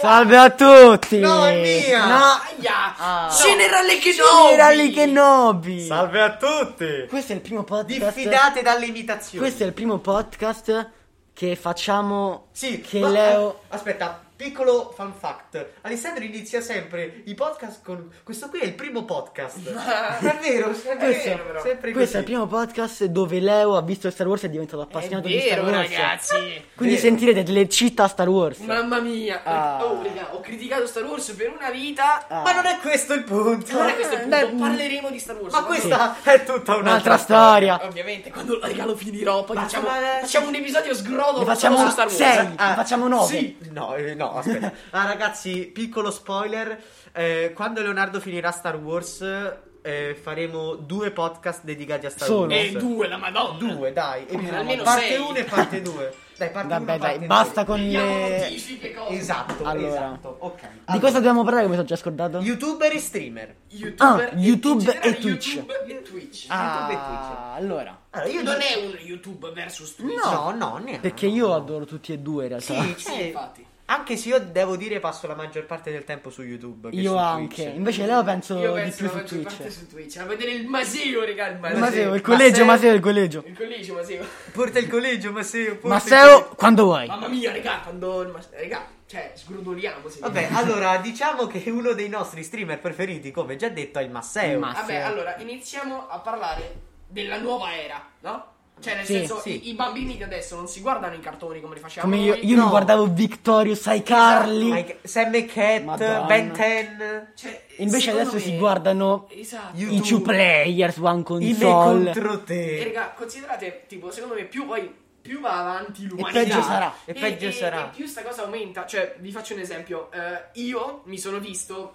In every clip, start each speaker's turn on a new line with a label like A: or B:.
A: Salve a tutti!
B: No, è mia!
A: No,
C: Generale che
A: Generali Kenobi!
B: Salve a tutti!
A: Questo è il primo podcast.
C: Diffidate dalle imitazioni.
A: Questo è il primo podcast che facciamo.
C: Sì,
A: Che
C: ma- ah,
A: Leo.
C: Aspetta, piccolo fun fact. Alessandro inizia sempre i podcast con... Questo qui è il primo podcast. è vero, sempre,
A: Questo,
C: sempre
A: questo è il
C: così.
A: primo podcast dove Leo ha visto Star Wars e è diventato appassionato di Star
D: Vero,
A: Wars.
D: ragazzi.
A: Quindi
C: Vero.
A: sentirete delle città Star Wars.
D: Mamma mia. Oh, raga, ho criticato Star Wars per una vita.
A: Ah.
C: Ma non è questo il punto.
D: Allora, a questo punto
A: beh, mm.
D: parleremo di Star Wars.
C: Ma questa è tutta un'altra,
A: Un'altra storia.
D: Ovviamente, quando raga, lo finirò, poi
C: Ma-
D: facciamo,
C: ma-
D: facciamo un episodio sgrodo
A: Ne
D: solo
A: facciamo
D: su Star Wars.
A: sei.
D: Eh,
A: Ne facciamo nove.
C: ah, Sì, no, eh, no, aspetta. Ah, ragazzi, piccolo spoiler. eh, quando Leonardo finirà Star Wars, eh, faremo due podcast dedicati a Star
A: Solo.
C: Wars.
D: E due, la madonna.
C: Due, dai. E
D: Almeno
C: parte
D: sei.
C: 1 e parte 2. Dai, parte 1
A: Vabbè,
C: parte
A: dai,
C: due.
A: basta con
D: Vediamo
A: le.
D: notifiche cose.
C: Esatto,
A: Allora.
C: esatto. Ok.
A: Di cosa dobbiamo parlare? Come mi sono già scordato?
C: YouTuber e streamer.
D: YouTuber
A: Ah, YouTube
D: in generale
A: e Twitch.
D: YouTube e Twitch.
C: YouTube e Twitch.
A: Ah, allora.
C: Allora, io
D: non è un YouTube versus Twitch.
C: No, no, neanche.
A: Perché io adoro tutti e due in realtà.
C: Sì,
D: Eh,
C: sì.
D: infatti.
C: Anche se io devo dire passo la maggior parte del tempo su YouTube. che
A: Io
C: su
A: anche.
C: Twitch.
A: Invece Leo penso
D: Io
A: di
D: penso
A: più
D: la
A: su
D: maggior
A: Twitch.
D: parte su Twitch. A vedere il Maseo, raga, il Maseo.
A: Maseo, il collegio,
C: Maseo-
A: Maseo, il collegio.
D: Il collegio Maseo.
C: Porta il collegio, Masseo. porta il collegio.
A: Maseo, quando vuoi.
D: Mamma mia, raga, quando il Maseo... Raga, cioè, sgrodoliamo. se
C: Vabbè, allora diciamo che uno dei nostri streamer preferiti, come già detto, è il Masseo.
A: Il Masseo.
D: Vabbè, allora iniziamo a parlare della nuova era, no? Cioè, nel
A: Sì,
D: senso,
C: sì.
D: i, i bambini di adesso non si guardano i cartoni come li facciamo
A: Come io,
D: noi.
A: io
C: no.
A: mi guardavo Victorious, I Carly.
C: Mike- Sam e Cat,
A: Madonna.
C: Ben 10,
D: Cioè,
A: Invece
D: secondo
A: adesso
D: me-
A: si guardano
D: Esatto.
C: You-
A: i
C: YouTube.
A: two players, one
C: i me
A: console.
C: contro te.
D: E raga, considerate, tipo, secondo me più poi più va avanti l'umanità
A: peggio sarà.
C: E peggio sarà.
D: e più sta cosa aumenta. Cioè, vi faccio un esempio. Eh, io mi sono visto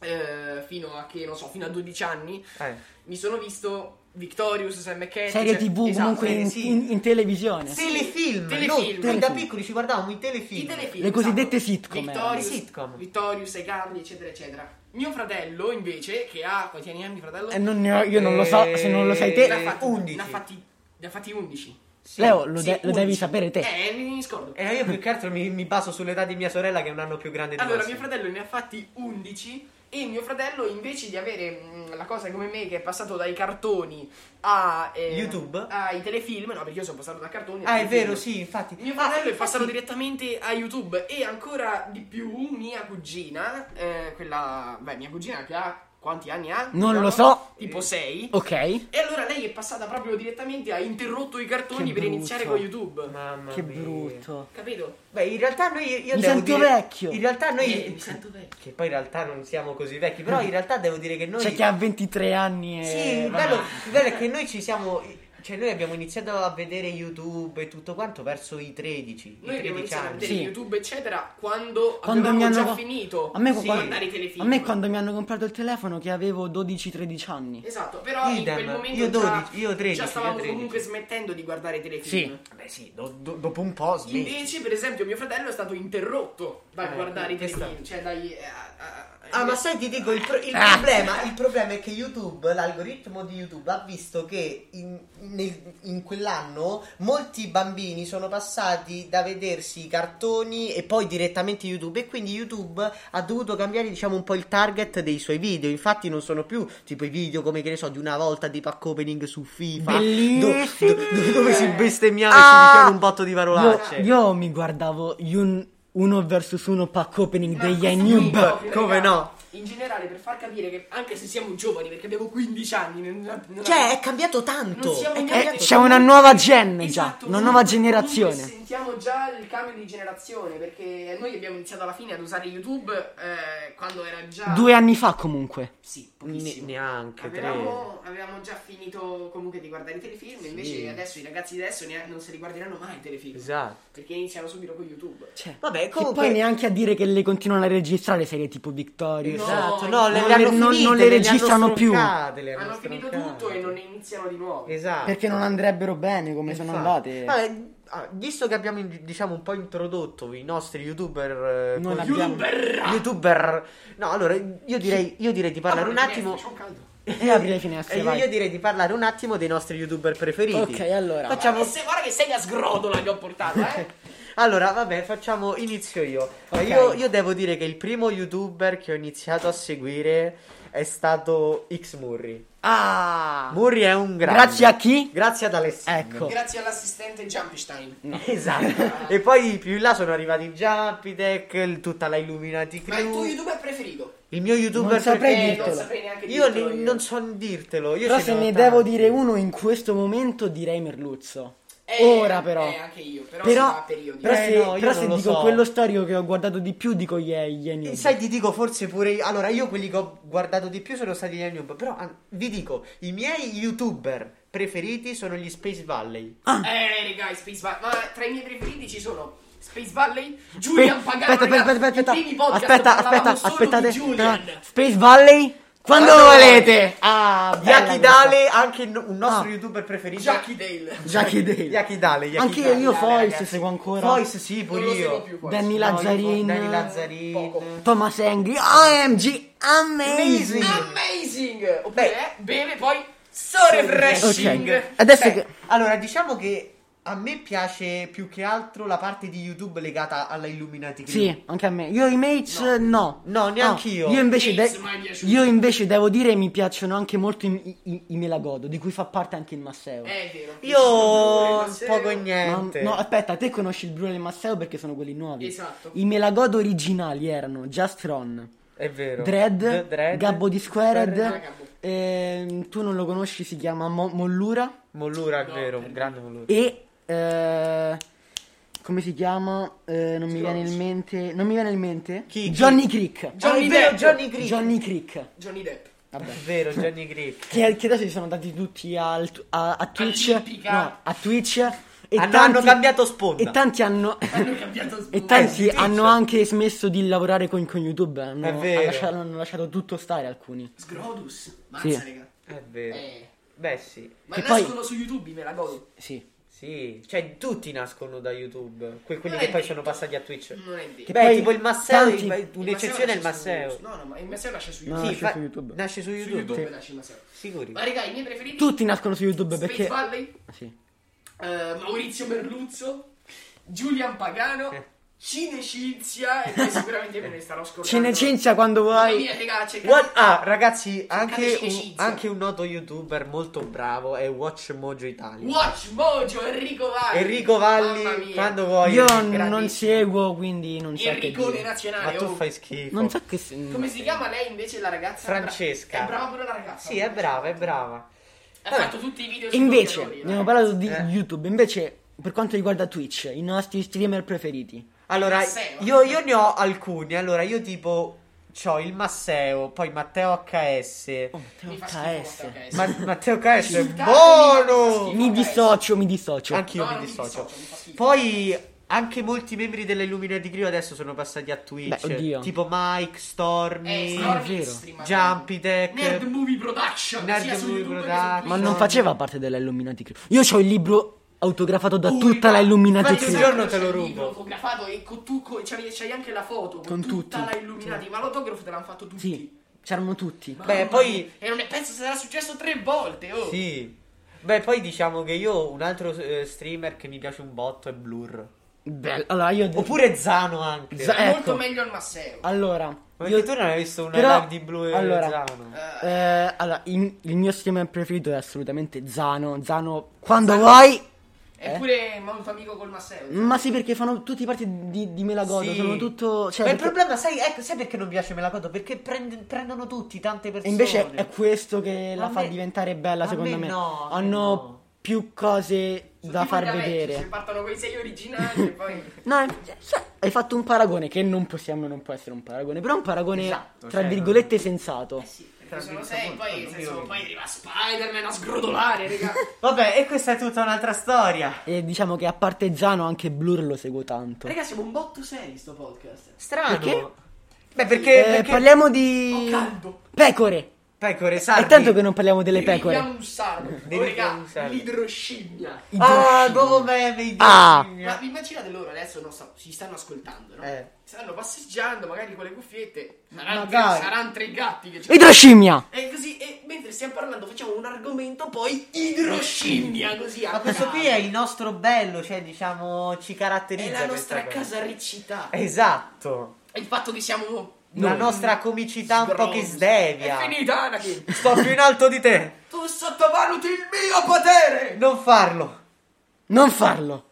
D: eh, fino a che non so, fino a 12 anni,
C: Eh.
D: mi sono visto Victorious, Sam e Cat,
A: Serie
D: cioè-
A: tv
D: esatto,
A: comunque
D: serie-
A: in,
C: sì.
A: in- in televisione.
D: Sì.
C: Telefilm,
D: Telefilm.
C: noi- noi da
A: Telefilm.
C: piccoli ci guardavamo i telefilm.
D: I telefilm, esatto.
A: Le cosiddette sitcom,
D: Victorious,
C: eh. Le sitcom.
D: Victorious, I Carly, eccetera, eccetera. Mio fratello, invece, che ha quanti anni ha mio fratello?
A: E Eh, non ne ho- io non lo so, se non lo sai te.
D: ne ha
C: eh,
D: fatti
C: 11.
D: Ne ha fatti, ne ha fatti 11.
C: Sì,
A: Leo, lo,
C: sì,
A: de- lo
C: 11.
A: devi sapere te.
D: Eh, mi scordo.
C: E io più che altro mi, mi baso sull'età di mia sorella che è un anno più grande di
D: Allora,
C: Massimo.
D: mio fratello ne ha fatti 11 e mio fratello invece di avere mh, la cosa come me che è passato dai cartoni a eh,
C: YouTube?
D: ai telefilm, no, perché io sono passato da cartoni a
C: Ah, è
D: telefilm.
C: vero, sì, infatti.
D: Mio
C: Ah,
D: fratello è
C: infatti-
D: passato direttamente a YouTube e ancora di più mia cugina, eh, quella, beh, mia cugina che ha quanti anni ha?
A: Non lo
D: No?
A: so.
D: Tipo 6.
A: Ok.
D: E allora lei è passata proprio direttamente ha interrotto i cartoni
A: Che
D: per iniziare
A: brutto.
D: con YouTube.
C: Oh, Mamma
A: Che
C: mia.
A: brutto.
D: Capito?
C: Beh, in realtà noi io
A: Mi
C: devo
A: sento
C: dire-
A: vecchio.
C: In realtà noi
D: Eh, mi sento vecchio.
C: che poi in realtà non siamo così vecchi, però in realtà devo dire che noi
A: C'è chi ha 23 anni e...
C: Sì, il
A: vabbè.
C: bello, il bello è che noi ci siamo cioè noi abbiamo iniziato a vedere YouTube e tutto quanto verso i 13,
D: Noi
C: i
D: abbiamo
C: 13
D: iniziato a
C: anni.
D: vedere
A: Sì.
D: YouTube, eccetera, quando,
A: Quando
D: avevamo
A: mi hanno
D: già
A: co-
D: finito
A: A me,
D: di
A: quando,
D: guardare i telefilm.
A: a me quando mi hanno comprato il telefono che avevo 12-13 anni.
D: Esatto, però in
C: Idem,
D: quel momento
C: io
D: già-
C: 12, io 13,
D: già stavamo
C: io 13.
D: comunque smettendo di guardare i telefilm.
C: Beh, sì, do- do- dopo un po' smetti.
D: Invece, per esempio, mio fratello è stato interrotto dal
C: Eh,
D: guardare i
C: questo-
D: telefilm, cioè dai... eh, a- a-
C: Ah, ma sai, ti dico, il, pro- il
A: Ah.
C: problema, il problema è che YouTube, l'algoritmo di YouTube, ha visto che in, nel- in quell'anno molti bambini sono passati da vedersi i cartoni e poi direttamente YouTube e quindi YouTube ha dovuto cambiare, diciamo, un po' il target dei suoi video. Infatti non sono più tipo i video come, che ne so, di una volta di pack opening su FIFA. do-
A: Bellissimi!
C: do- dove si bestemmiava e
A: Ah!
C: si dicevano un botto di
A: Io,
C: parolacce.
A: io mi guardavo gli un- uno versus uno pack opening
D: Ma
A: degli
D: questo
A: Noob.
D: qui proprio, cioè.
C: come
D: raga,
C: no?
D: In generale, per far capire che anche se siamo giovani, perché abbiamo 15 anni, non- non-
C: Cioè, è cambiato tanto.
D: non siamo
C: È
D: neanche-
C: cambiato
A: Eh, c'è una nuova gen già,
D: Esatto,
A: una
D: comunque-
A: nuova
D: comunque
A: generazione.
D: Sentiamo già il cambio di generazione perché noi abbiamo iniziato alla fine ad usare YouTube eh, quando era già
A: Due anni fa comunque.
D: Sì,
C: Ne-
D: pochissimo.
C: neanche tre.
D: Avevamo, avevamo già finito comunque di guardare i telefilm, invece adesso i ragazzi di adesso neanche- non se li guarderanno mai i telefilm.
C: Esatto.
D: Perché iniziano subito con YouTube.
A: Cioè,
C: Vabbè,
A: che
C: comunque-
A: poi neanche a dire che le continuano a registrare serie tipo Victorious.
C: Esatto, no,
D: No,
C: le,
A: non
C: le
A: le-
C: hanno
A: non-
C: finite,
A: non le registrano più.
C: stroncate, le
D: Hanno finito
C: stroncate.
D: tutto e non ne iniziano di nuovo.
C: Esatto.
A: Perché non andrebbero bene come sono
C: Infatti.
A: andate.
C: Vabbè, ah, visto che abbiamo in- diciamo un po' introdotto i nostri youtuber eh,
A: Non
C: con-
A: abbiamo-
C: youtuber. No, allora io direi, io direi di parlare
D: Ah,
C: un
D: ma
C: attimo
D: niente, c'ho un caldo.
A: E Eh, apri le finestre,
C: E eh, io,
A: vai.
C: io direi di parlare un attimo dei nostri youtuber preferiti.
A: Ok, allora.
C: Facciamo-
D: Guarda che se- guarda che sei a sgrodola che ho portato, eh.
C: Allora, vabbè, facciamo inizio io. Ma
A: Ok.
C: Io, io devo dire che il primo youtuber che ho iniziato a seguire è stato X Murray.
A: Ah!
C: Murray è un grande.
A: Grazie a chi?
C: Grazie ad Alessandro.
A: Ecco.
D: Grazie all'assistente Jumpstein.
C: Esatto. e poi più in là sono arrivati i Jumpy Deck, il- tutta la Illuminati
D: Ma il tuo
C: Crew.
D: youtuber preferito?
C: il mio youtuber
A: Non saprei
C: preferito-
A: dirtelo.
D: Non saprei neanche
C: io,
D: dirtelo
C: ne-
D: io.
C: non so dirtelo. Io
A: Però
C: ce
A: se
C: ho
A: ne
C: tanti.
A: devo dire uno in questo momento direi Merluzzo.
D: Eh,
A: Ora però.
D: eh, anche io, però
A: Però-
D: si va a periodi.
A: Però
C: Eh,
A: se,
C: no, io
A: però
C: non
A: se
C: lo
A: dico
C: so.
A: quello storico che ho guardato di più, dico gli
C: E
A: Yenub.
C: Sai, ti dico forse pure io. Allora, io quelli che ho guardato di più sono stati gli Anub. Però ah, vi dico, i miei youtuber preferiti sono gli Space Valley.
A: Ah,
D: Eh, raga, i Space Valley. Ma tra i miei preferiti ci sono Space Valley, Julian Pagano. raga, i primi podcast
A: aspetta,
D: parlavamo
A: aspetta,
D: solo
A: aspettate.
D: di Julian.
A: Eh, Space Valley? Quando
D: Quando
A: volete! Ah, Dale!
C: Yaki Dale, anche il- un nostro
A: Ah.
C: youtuber preferito.
D: Jackie Dale.
A: Jackie Dale.
C: Yaki Dale, Yaki
A: Anche
C: Dale,
A: io
C: Dale,
A: Foyce
C: ragazzi.
A: seguo ancora.
C: Foyce, sì, pure
D: Non lo seguo
C: io.
D: più questo.
A: Danny
C: No, io
A: Lazzarin.
C: con Danny Lazzarin.
D: Poco.
A: Thomas Angry. OMG. Amazing.
C: Amazing.
D: Amazing! Oppure beve poi Sore Freshing.
A: Ok. Adesso
C: Beh,
A: che-
C: Allora, diciamo che a me piace più che altro la parte di YouTube legata alla Illuminati Crew.
A: Sì, anche a me. Io i Mates eh, no.
C: No, neanch'io.
A: No, Io invece,
D: Mates
A: de-
D: mai piaciuto.
A: io invece devo dire mi piacciono anche molto i, i, i Melagodo, di cui fa parte anche il Masseo.
D: Eh, è vero.
C: Io poco
D: poco
C: e
A: Ma-
C: niente.
A: no, aspetta, te conosci il Bruno e il Masseo perché sono quelli nuovi.
D: Esatto.
A: I Melagodo originali erano Just Ron,
C: È vero.
A: Dread,
C: D- Dread.
A: Gabbo di Squared,
D: Squared, Gabbo.
A: ehm, tu non lo conosci, si chiama Mo- Mollura
C: Mollura, è
D: No,
C: vero,
D: per-
C: un grande Mollura.
A: e... eh, come si chiama? Eh, non mi viene in mente... Non mi viene in mente?
C: Chi- chi?
A: Johnny Creek.
C: Ah,
D: Johnny
C: è vero,
D: Depp.
C: Johnny Creek.
A: Johnny Creek.
D: Johnny Depp.
A: Vabbè.
C: È vero, Johnny Creek.
A: Che, che adesso si sono andati tutti al- a, a Twitch.
D: All'Olimpica.
A: No, a Twitch. E
C: Hanno- hanno cambiato sponda.
A: E tanti hanno.
D: Hanno eh, cambiato
A: E
D: spunto.
A: tanti
C: Eh, sì,
A: hanno
C: sì.
A: anche smesso di lavorare con, con YouTube. Hanno,
C: È vero.
A: ha lasciato, hanno lasciato tutto stare alcuni.
D: Sgrodus. Mazza,
A: Sì.
D: raga.
C: È vero.
D: Eh.
C: Beh, sì.
D: Ma
A: Che poi-
D: nascono su YouTube, me la godo.
A: Sì.
C: Sì, cioè tutti nascono da YouTube. Que- quelli
D: Non
C: che
D: è
C: poi
D: detto.
C: sono passati a Twitch.
D: Non è vero.
A: Che
C: Beh,
A: poi
C: tipo il Masseo,
A: tanti-
C: il- un'eccezione è il Masseo.
D: Su- No, no, ma il Masseo nasce su
A: No,
D: YouTube.
A: nasce
C: Sì,
A: su YouTube.
C: Nasce su
D: Su
C: YouTube.
D: YouTube Eh,
A: Sì.
D: nasce il Masseo.
C: Sicuri.
D: Ma raga, i miei preferiti
A: Tutti nascono su YouTube
D: Space
A: perché.
D: Valley,
A: Sì.
D: eh, Maurizio Merluzzo, Julian Pagano,
C: Eh.
D: Cinecizia e poi sicuramente me ne starò scordando.
A: Cinecizia quando
D: Mamma
A: vuoi.
D: mia, raga, c'è
C: What- ah, ragazzi, anche
D: Cercateci
C: un,
D: Cinzia.
C: anche un noto youtuber molto bravo è Watch Mojo Italia.
D: Watch Mojo, Enrico Valli.
C: Enrico
D: Mamma
C: Valli,
D: mia.
C: quando vuoi.
A: Io
D: grandissimo.
A: non seguo, quindi non so. Che
D: Enricone
A: dire.
C: Ma
D: nazionale.
C: tu
D: oh.
C: fai schifo.
A: Non so che. se-
D: Come si chiama lei invece la ragazza?
C: Francesca.
D: Bra- è brava pure la ragazza.
C: Sì, è brava, è brava.
D: Ha
C: Vabbè.
D: fatto tutti i video su
A: Invece,
D: tutti i
A: abbiamo
D: errori,
A: parlato di
C: Eh.
A: YouTube. Invece, per quanto riguarda Twitch, i nostri streamer preferiti.
C: Allora,
D: Masseo.
C: io, io ne ho alcuni. Allora, io tipo c'ho il Masseo, poi Matteo HS.
A: Oh,
D: dai. Mi fa
A: KS.
D: schifo Matteo KS.
C: Ma- Matteo HS è
D: Insultatemi,
C: buono!
D: schifo.
A: Mi dissocio, mi dissocio.
C: Anch'io
D: No,
C: mi
D: non mi
C: dissocio.
D: dissocio, mi fa schifo.
C: Poi anche molti membri della Illuminati Crew adesso sono passati a Twitch.
A: Beh, oddio.
C: Tipo Mike,
D: Eh,
C: Stormy,
A: Stormy,
D: Storm
A: vero.
D: Extreme,
C: Jumpy Tech.
D: Nerd Movie Production
C: Nerd
D: sia su
C: Movie
D: YouTube che su
C: Production.
D: Twitch.
A: Ma non faceva parte della Illuminati Crew. Io ho il libro autografato da
D: Oh,
A: tutta la
D: raga,
A: Illuminati
C: infatti un
A: Crew.
C: giorno te lo
D: c'è il
C: rubo.
D: libro autografato e con tu con- c'hai, c'hai anche la foto con,
A: Con
D: tutta
A: tutti.
D: la illuminati, ma l'autografo te l'hanno fatto tutti.
A: Sì, c'erano tutti.
D: Mamma
C: Beh, poi-
D: mia. e non è, penso sarà successo tre volte, oh.
C: Sì. Beh, poi diciamo che io un altro eh, streamer che mi piace un botto è Blur.
A: Bello. Allora io
C: Oppure Zano anche.
A: Z-
D: È
A: ecco.
D: molto meglio il Masseo.
A: Allora,
C: Ma
A: io
C: io tu non hai visto una
A: Però-
C: live di Blur
A: allora,
C: e Zano?
D: Eh,
A: eh, allora, in- il mio streamer preferito è assolutamente Zano. Zano, quando vuoi.
C: Eh?
D: Eppure è molto amico col Masseo.
C: Mm,
A: Ma sì, perché fanno tutti parte di, di Melagodo.
C: Sì.
A: Sono tutto. Cioè,
C: Ma il
A: perché-
C: problema, sai, ecco, sai perché non piace Melacoto? Perché prende- prendono tutti, tante
A: E
C: persone.
A: invece eh, è questo che la
C: A
A: fa
C: me-
A: diventare bella,
C: a
A: secondo
C: me
A: me.
C: no, a me
A: Hanno
C: no.
A: più cose
D: Sono
A: da
D: tipo
A: far
D: gli Avengers,
A: vedere.
D: che partono con i sei originali e poi...
A: No, eh, cioè, hai fatto un paragone che non possiamo, non può essere un paragone, però è un paragone
C: Esatto,
A: tra
C: cioè,
A: virgolette sensato.
D: Eh sì, perché
C: Tra
D: sono
C: virgolette,
D: sei,
C: molto, Esatto.
D: poi,
C: molto
D: nel senso,
C: violento.
D: poi arriva Spider-Man a sgrodolare, raga.
C: Vabbè, e questa è tutta un'altra storia.
A: E diciamo che a parte Zano anche Blur lo seguo tanto.
D: raga, siamo un botto seri sto podcast.
C: Strano.
A: Perché?
C: Beh,
A: Eh,
C: perché. perché...
A: Parliamo
D: Ho
A: di
D: caldo.
A: pecore.
C: Pecore,
A: È
C: sardi.
A: tanto che non parliamo delle
D: Dirigiamo
A: pecore.
D: un sardo.
C: Dirigiamo
D: Oh, raga,
C: un sardo.
D: l'idroscimmia.
A: I
C: Ah,
A: droscini.
C: come vedi?
A: Ah.
D: Ma immaginate loro adesso non sta- si stanno ascoltando, no?
C: Eh.
D: Stanno passeggiando magari con le cuffiette. Saranno,
C: Magari.
D: saranno tre gatti che ci
A: Idroscimmia.
D: E così, e mentre stiamo parlando, facciamo un argomento, poi idroscimmia così. a
C: Ma questo
D: caso.
C: qui è il nostro bello, cioè diciamo ci
D: È
C: caratterizza.
D: la nostra
C: questa cosa.
D: casaricità.
C: Esatto.
D: È il fatto che siamo.
C: La nostra comicità un po' che svevia.
D: È finita, Anakin.
C: Sto più in alto di te.
D: Tu sottovaluti il mio potere.
C: Non farlo.
A: Non farlo.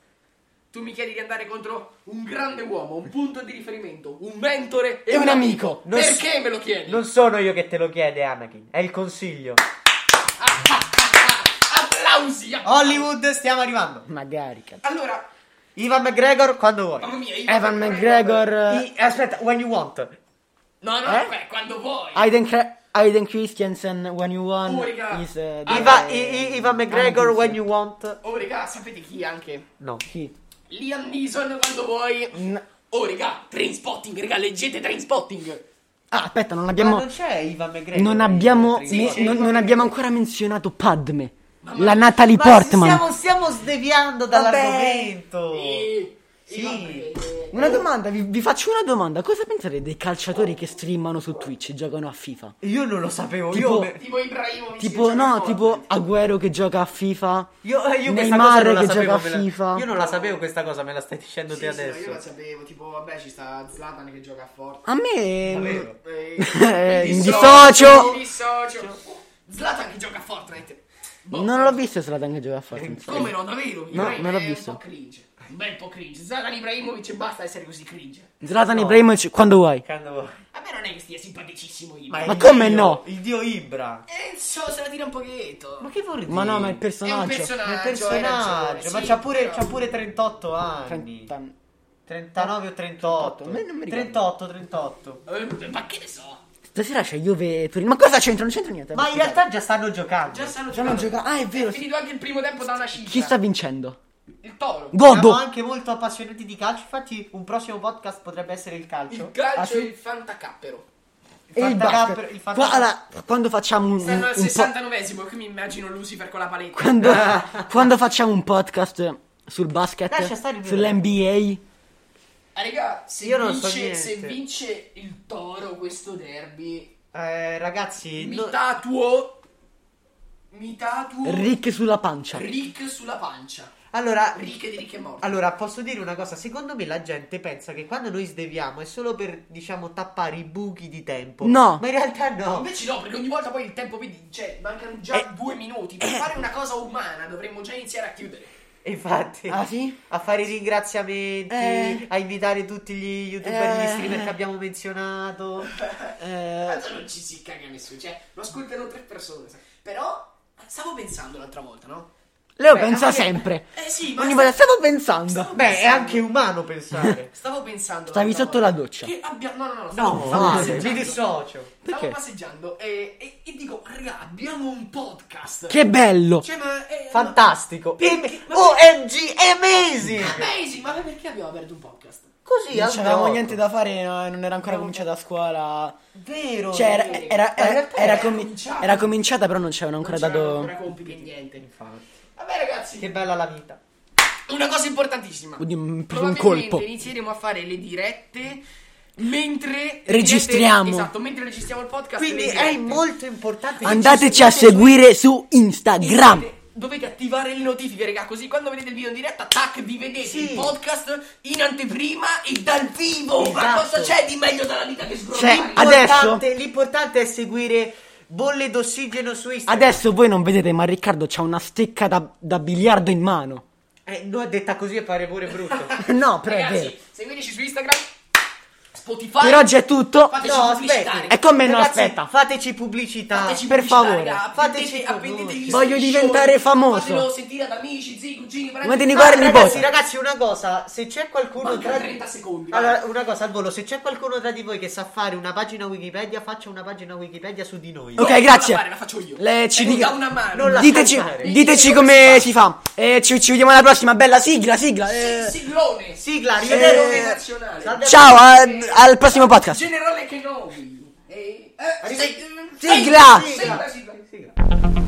D: Tu mi chiedi di andare contro un grande uomo, un punto di riferimento, un mentore
A: E un amico.
C: Non s-
D: Perché me lo chiedi?
C: Non sono io che te lo chiede, Anakin. È il consiglio.
D: Ah, Applausi. applausi.
C: Hollywood, stiamo arrivando.
A: Magari, cazzo.
D: Allora,
C: Ivan McGregor, quando vuoi.
D: mamma mia, io-
A: Evan McGregor. eh,
C: I- aspetta, when you want.
D: Ah, No, no,
A: Eh?
D: aspetta, quando vuoi.
C: Ah.
A: Aiden, Cre- Aiden Christensen, When You Won.
D: Oh, raga.
A: is, eh,
D: Ah,
C: Iva-
A: the-
C: I- I- Ivan McGregor,
A: Anakin
C: when you want.
D: Oh, regà, sapete chi anche?
C: No.
A: Chi?
D: Liam Neeson quando vuoi.
A: N-
D: Oh, regà, Trainspotting, regà, leggete Trainspotting.
A: Ah, aspetta, non abbiamo.
C: Ma non c'è Ivan McGregor.
A: Non abbiamo,
C: Sì,
A: ne-
D: eh, sì.
A: non, non abbiamo ancora menzionato Padme. La
C: Ma
A: Natalie
C: ci
A: Portman.
C: Stiamo, stiamo sdeviando dall'argomento.
D: Sì.
C: Oh. Sì.
D: eh,
A: Una domanda, vi, vi faccio una domanda. Cosa pensate dei calciatori che streamano su Twitch e giocano a FIFA?
C: Io non lo sapevo.
A: Tipo-
C: io, me-
D: Tipo Ibrahimovic.
A: Tipo,
D: che
A: no,
D: gioca
A: tipo
D: forte.
A: Agüero che gioca a FIFA.
C: io, eh, io questa cosa
A: Neymar
C: non la
A: che
C: sapevo.
A: gioca a
C: me la-
A: FIFA.
C: Io non la sapevo questa cosa, me la stai dicendo
D: Sì,
C: te
D: sì, no,
C: adesso.
D: io la sapevo, tipo, vabbè, ci sta Zlatan che gioca forte.
A: A me.
C: Davvero?
D: Eh,
A: Eh,
D: il
A: in
D: dissocio,
A: dissocio.
D: il dissocio. Zlatan che gioca a Fortnite. Boh.
A: Non l'ho visto Slatan che gioca a FIFA.
D: Come no, davvero? Ibrahim
A: non l'ho
D: è
A: visto.
D: Un po' cringe. Un bel po' cringe. Zlatan Ibrahimovic basta essere così cringe.
A: Zlatan Ibrahimovic quando vuoi.
C: Quando vuoi.
D: A me non è che stia simpaticissimo Ibra.
C: Ma,
A: Ma
C: il
A: come
C: dio-
A: no?
C: Il dio Ibra.
D: Enzo se la tira un pochetto.
C: Ma che vuol dire?
A: Ma no, ma il
D: È un
A: personaggio.
D: personaggio.
C: Ma il
D: hai ragione,
C: personaggio, ma
D: Ah, sì,
C: c'ha pure,
D: però-
C: c'ha pure 38 anni. 39 o 38?
A: A me non mi ricordo.
C: 38, 38.
D: Eh, ma che ne so?
A: Stasera c'è Juve Torino. Ma cosa c'entra? Non c'entra niente.
C: Ma in realtà già stanno giocando.
D: Già stanno
A: Già non
D: giocando.
A: gioca. Ah, è vero.
D: È finito anche il primo tempo da una cifra.
A: Chi sta vincendo?
D: Il toro.
A: Godo.
C: Siamo anche molto appassionati di calcio, infatti un prossimo podcast potrebbe essere il calcio.
D: Il calcio
A: Ah,
D: e
A: sì?
D: il fantacappero.
A: E il
C: fantacalcio-
A: basket.
C: il
A: Qua-
C: fantacalcio-
A: allora, quando facciamo un,
D: Stanno al
A: un po-
D: 69esimo, qui mi immagino Lucifer con la paletta.
A: quando, quando facciamo un podcast sul
C: Lascia
A: basket,
C: stare il
A: sull'NBA,
D: Ah, raga, se,
C: Io non so
D: vince,
C: niente.
D: se vince il toro questo derby,
C: Eh, ragazzi,
D: mi
C: no-
D: tatuo. Mi tatuo.
A: Rick sulla pancia.
D: Rick sulla pancia.
C: allora,
D: Rick di Rick è morto.
C: allora posso dire una cosa, secondo me la gente pensa che quando noi sdeviamo è solo per, diciamo, tappare i buchi di tempo.
A: No.
C: Ma in realtà no.
D: Invece no, perché ogni volta poi il tempo, vedi, cioè, mancano già
A: Eh.
D: due minuti. Per fare una cosa umana dovremmo già iniziare a chiudere.
C: Infatti.
A: Ah sì?
C: A fare i ringraziamenti,
A: Eh.
C: a invitare tutti gli youtuber, gli
A: Eh.
C: streamer che abbiamo menzionato.
A: Eh,
D: Tanto non ci si caga nessuno, cioè, lo ascoltano tre persone. sa- Però, stavo pensando l'altra volta, no?
A: Leo
C: Beh,
A: pensa
C: anche-
A: sempre.
D: Eh sì, ma...
A: Ogni
D: sta-
A: volta stavo pensando.
D: Stavo
C: Beh, è
D: pensando-
C: anche umano pensare.
D: Stavo pensando...
A: Stavi
D: l'altra
A: sotto
D: volta
A: la doccia.
D: Che abbia... No, no, no.
C: No,
D: stavo- stavo
A: ah,
C: vabbè,
D: passeggiando.
C: mi dissocio.
A: Perché?
D: Stavo passeggiando e, e- e dico, raga, abbiamo un podcast.
A: Che bello.
D: Cioè, ma... eh,
C: Fantastico.
D: Perché-
C: Am- OMG, amazing.
D: ma- Amazing, ma perché abbiamo aperto un podcast?
C: Così,
A: Non
C: al
A: c'avevamo
C: blocco.
A: niente da fare, no, non era ancora cominciata a scuola.
C: Vero.
A: Cioè, era,
D: vero.
A: era-
D: Ma in
A: era-
D: realtà
A: era
D: era
A: comi-
D: cominciata.
A: era cominciata, però non c'erano ancora
D: non c'erano
A: dato.
D: ancora compiti e
A: eh.
D: niente.
C: Infatti.
D: Vabbè, ragazzi,
C: Che bella la vita.
D: Una cosa importantissima.
A: Oddio, mi è mm, preso un
D: Probabilmente
A: colpo.
D: inizieremo a fare le dirette mentre
A: Registriamo.
D: esatto, mentre registriamo il podcast.
C: Quindi
D: le
C: è
D: dirette.
C: molto importante che
A: Cioè, Andateci a
C: ci
A: seguire
C: seguite su-
A: su Instagram.
D: Dovete- Dovete attivare le notifiche, raga, così quando vedete il video in diretta, tac, vi vedete
C: Sì.
D: il podcast in anteprima e dal vivo. Ma
C: Esatto.
D: cosa c'è di meglio dalla vita che
A: Cioè,
D: sgrodare?
A: ad-
C: L'importante- L'importante è seguire bolle d'ossigeno su Instagram.
A: Adesso voi non vedete, ma Riccardo c'ha una stecca da, da biliardo in mano.
C: Eh, no, detta così e pare pure brutto.
A: No, però è vero.
D: Ragazzi, seguiteci su Instagram, Spotify.
A: Per oggi è tutto.
D: Fateci
C: No,
D: pubblicità,
C: aspetti.
D: raga.
A: E come no,
C: Ragazzi,
A: aspetta.
C: Fateci pubblicità.
D: Fateci
A: per
D: pubblicità,
A: favore,
D: raga,
C: fateci
D: appendete- appendete gli
A: Voglio
D: screenshot,
A: diventare famoso.
D: Fatelo sentire ad amici, zii, cugini, parenti.
A: Ma te ne
D: Ah,
A: guardi,
D: ragazzi,
A: nipote.
C: Ragazzi, ragazzi, una cosa, se c'è qualcuno
D: Manca
C: tra
D: 30 secondi, vai.
C: Allora, una cosa al volo, se c'è qualcuno tra di voi che sa fare una pagina Wikipedia, faccia una pagina Wikipedia su di noi.
A: Ok,
D: non
A: grazie.
D: la fare, la faccio io.
A: Le- ci
D: Eh, mi
A: dica-
D: dà una mano.
C: Non la
A: diteci,
C: fare.
A: diteci
D: Ditemi
A: come
D: come
A: si fa. E ci, ci vediamo alla prossima. Bella sigla, sigla. eh.
D: Siglone.
C: Sigla,
D: Generale
A: Eh,
C: arrivederci.
D: nazionale.
C: Salve a
A: Ciao,
C: tutti.
A: al- al prossimo podcast.
D: Generale Kenobi. Eh, eh,
C: Arrivederci.
D: sig-
A: Sigla.
D: Sigla, sigla.
C: Sigla.